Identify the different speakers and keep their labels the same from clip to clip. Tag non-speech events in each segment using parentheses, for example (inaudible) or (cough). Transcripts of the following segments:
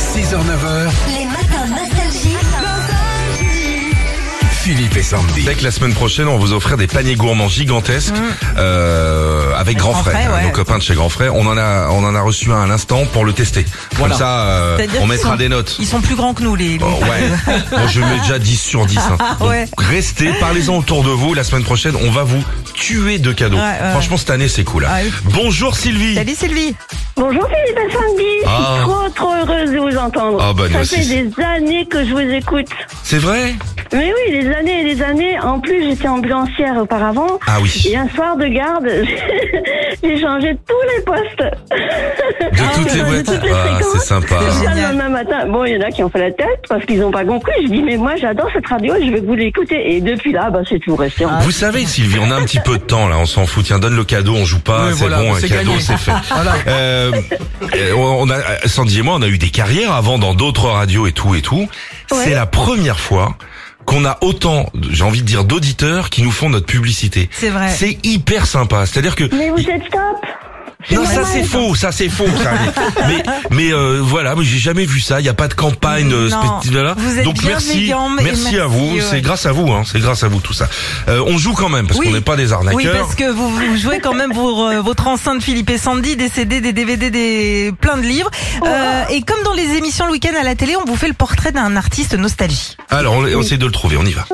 Speaker 1: 6h-9h,
Speaker 2: Les matins nostalgiques.
Speaker 1: Philippe et Sandy.
Speaker 3: Dès que la semaine prochaine, on va vous offrir des paniers gourmands gigantesques euh, avec, Grand
Speaker 4: Mm. Grand
Speaker 3: Frais,
Speaker 4: Frais,
Speaker 3: hein,
Speaker 4: ouais.
Speaker 3: nos copains de chez Grand Frais. On en a, on en a reçu un à l'instant pour le tester.
Speaker 5: Voilà.
Speaker 3: Comme ça, euh,
Speaker 4: C'est-à-dire
Speaker 3: on
Speaker 4: qu'ils
Speaker 3: mettra
Speaker 4: sont-
Speaker 3: des notes.
Speaker 4: Ils sont plus grands que nous, les.
Speaker 3: Oh, ouais,
Speaker 4: (laughs)
Speaker 3: Moi, je mets déjà 10 sur 10. hein.
Speaker 4: Ah,
Speaker 3: Donc,
Speaker 4: ouais.
Speaker 3: restez, parlez-en autour de vous. La semaine prochaine, on va vous tuer de cadeaux.
Speaker 4: Ouais, ouais.
Speaker 3: Franchement, cette année, c'est cool. hein.
Speaker 4: Ah oui.
Speaker 3: Bonjour Sylvie.
Speaker 4: Salut Sylvie.
Speaker 6: Bonjour Philippe et Sandy,
Speaker 3: Ah.
Speaker 6: je suis trop trop heureuse de vous entendre.
Speaker 3: Ah bah, nous
Speaker 6: Ça
Speaker 3: aussi.
Speaker 6: fait des années que je vous écoute.
Speaker 3: C'est vrai
Speaker 6: Mais oui, des années et des années. En plus, j'étais ambulancière auparavant.
Speaker 3: Ah oui.
Speaker 6: Et un soir de garde, (laughs) j'ai changé tous les
Speaker 3: Ah.
Speaker 6: postes.
Speaker 3: De toutes les
Speaker 6: ouais,
Speaker 3: boîtes.
Speaker 6: toutes les
Speaker 3: Ah,
Speaker 6: fréquences.
Speaker 3: c'est sympa.
Speaker 6: Ça, le
Speaker 4: Génial.
Speaker 6: lendemain matin, bon, il y en a qui ont fait la tête parce qu'ils n'ont pas compris. Je dis, mais moi, j'adore cette radio, je vais vous l'écouter. Et depuis là, bah, c'est tout resté. en-
Speaker 3: Vous savez, Sylvie, on a un petit peu de temps là, on s'en fout. Tiens, donne le cadeau, on joue pas,
Speaker 5: Oui,
Speaker 3: c'est
Speaker 5: voilà,
Speaker 3: bon, un
Speaker 5: c'est
Speaker 3: cadeau,
Speaker 5: gagné.
Speaker 3: c'est
Speaker 4: (laughs)
Speaker 3: fait.
Speaker 5: Voilà.
Speaker 3: Euh, euh, on a, euh, Sandy et moi, on a eu des carrières avant dans d'autres radios et tout et tout. C'est la première fois qu'on a autant, j'ai envie de dire, d'auditeurs qui nous font notre publicité.
Speaker 4: C'est vrai.
Speaker 3: C'est hyper sympa. C'est-à-dire que
Speaker 6: Mais vous êtes top
Speaker 3: non, ça c'est faux, ça c'est faux. ça. mais mais euh, voilà, moi, j'ai jamais vu ça. Il y a pas de campagne euh,
Speaker 4: Non.
Speaker 3: spécifique, là.
Speaker 4: Vous êtes
Speaker 3: Donc merci,
Speaker 4: bienveillants, mais
Speaker 3: merci à
Speaker 4: merci,
Speaker 3: vous.
Speaker 4: ouais.
Speaker 3: C'est grâce à vous, hein. C'est grâce à vous tout ça. Euh, on joue quand même parce qu'on n'est pas des arnaqueurs.
Speaker 4: Oui, parce que vous, vous jouez quand même pour, euh, votre enceinte Philippe et Sandy, des CD, des DVD, des plein de livres. Euh, et comme dans les émissions le week-end à la télé, on vous fait le portrait d'un artiste nostalgie.
Speaker 3: Alors on, on essaie de le trouver. On y va.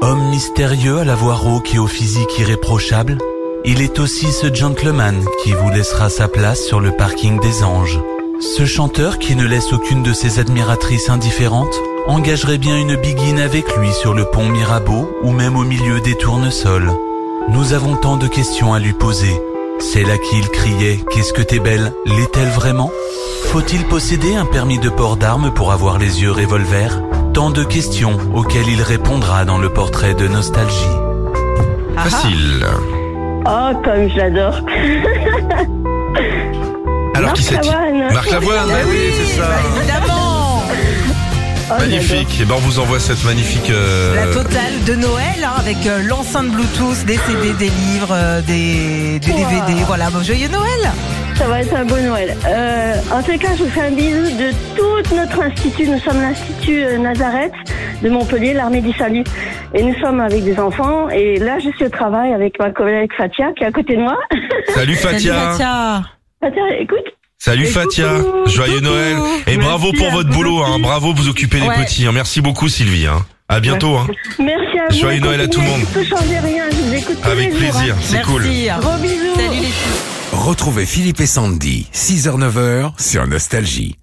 Speaker 7: Homme mystérieux à la voix rauque et au physique irréprochable, il est aussi ce gentleman qui vous laissera sa place sur le parking des anges. Ce chanteur qui ne laisse aucune de ses admiratrices indifférentes engagerait bien une biguine avec lui sur le pont Mirabeau ou même au milieu des tournesols. Nous avons tant de questions à lui poser. C'est là qu'il criait Qu'est-ce que t'es belle L'est-elle vraiment Faut-il posséder un permis de port d'armes pour avoir les yeux revolver Tant de questions auxquelles il répondra dans le portrait de nostalgie.
Speaker 4: Ah, ah.
Speaker 3: Facile.
Speaker 6: Oh, comme je l'adore.
Speaker 3: Alors qui
Speaker 6: Marc
Speaker 3: c'est
Speaker 6: Lavoine.
Speaker 3: Marc Lavoine. ah oui, c'est ça.
Speaker 4: bah Évidemment,
Speaker 6: Oh,
Speaker 3: Magnifique. Et ben on vous envoie cette magnifique. euh,
Speaker 4: la totale de Noël hein, avec euh, l'enceinte Bluetooth, des CD, des livres, euh, des, des DVD. Voilà, bon joyeux Noël.
Speaker 6: Ça va être un beau Noël. Euh, en tout cas, je vous fais un bisou de tout notre institut. Nous sommes l'Institut euh, Nazareth de Montpellier, l'Armée du Salut. Et nous sommes avec des enfants. Et là, je suis au travail avec ma collègue Fatia qui est à côté de moi.
Speaker 3: Salut
Speaker 4: Salut,
Speaker 3: Fatia.
Speaker 4: Fatia.
Speaker 6: Fatia, écoute.
Speaker 3: Salut
Speaker 6: Et
Speaker 3: Fatia.
Speaker 6: coucou.
Speaker 3: Joyeux
Speaker 4: Coucou.
Speaker 3: Noël. Et
Speaker 6: Merci
Speaker 3: bravo pour
Speaker 6: à
Speaker 3: votre
Speaker 6: vous
Speaker 3: boulot. Hein.
Speaker 6: aussi.
Speaker 3: Bravo, vous occupez les
Speaker 4: Ouais.
Speaker 3: petits. hein. Merci beaucoup Sylvie. Hein. À bientôt. Hein.
Speaker 6: Merci à vous.
Speaker 3: Joyeux Noël à tout le monde.
Speaker 6: Ne changez rien. Je vous écoute tous
Speaker 3: Avec
Speaker 6: les jours,
Speaker 3: plaisir.
Speaker 6: hein.
Speaker 3: C'est
Speaker 4: Merci.
Speaker 3: cool.
Speaker 6: Gros bisous.
Speaker 4: Salut les filles.
Speaker 1: Retrouvez Philippe et Sandy, 6h-9h sur Nostalgie.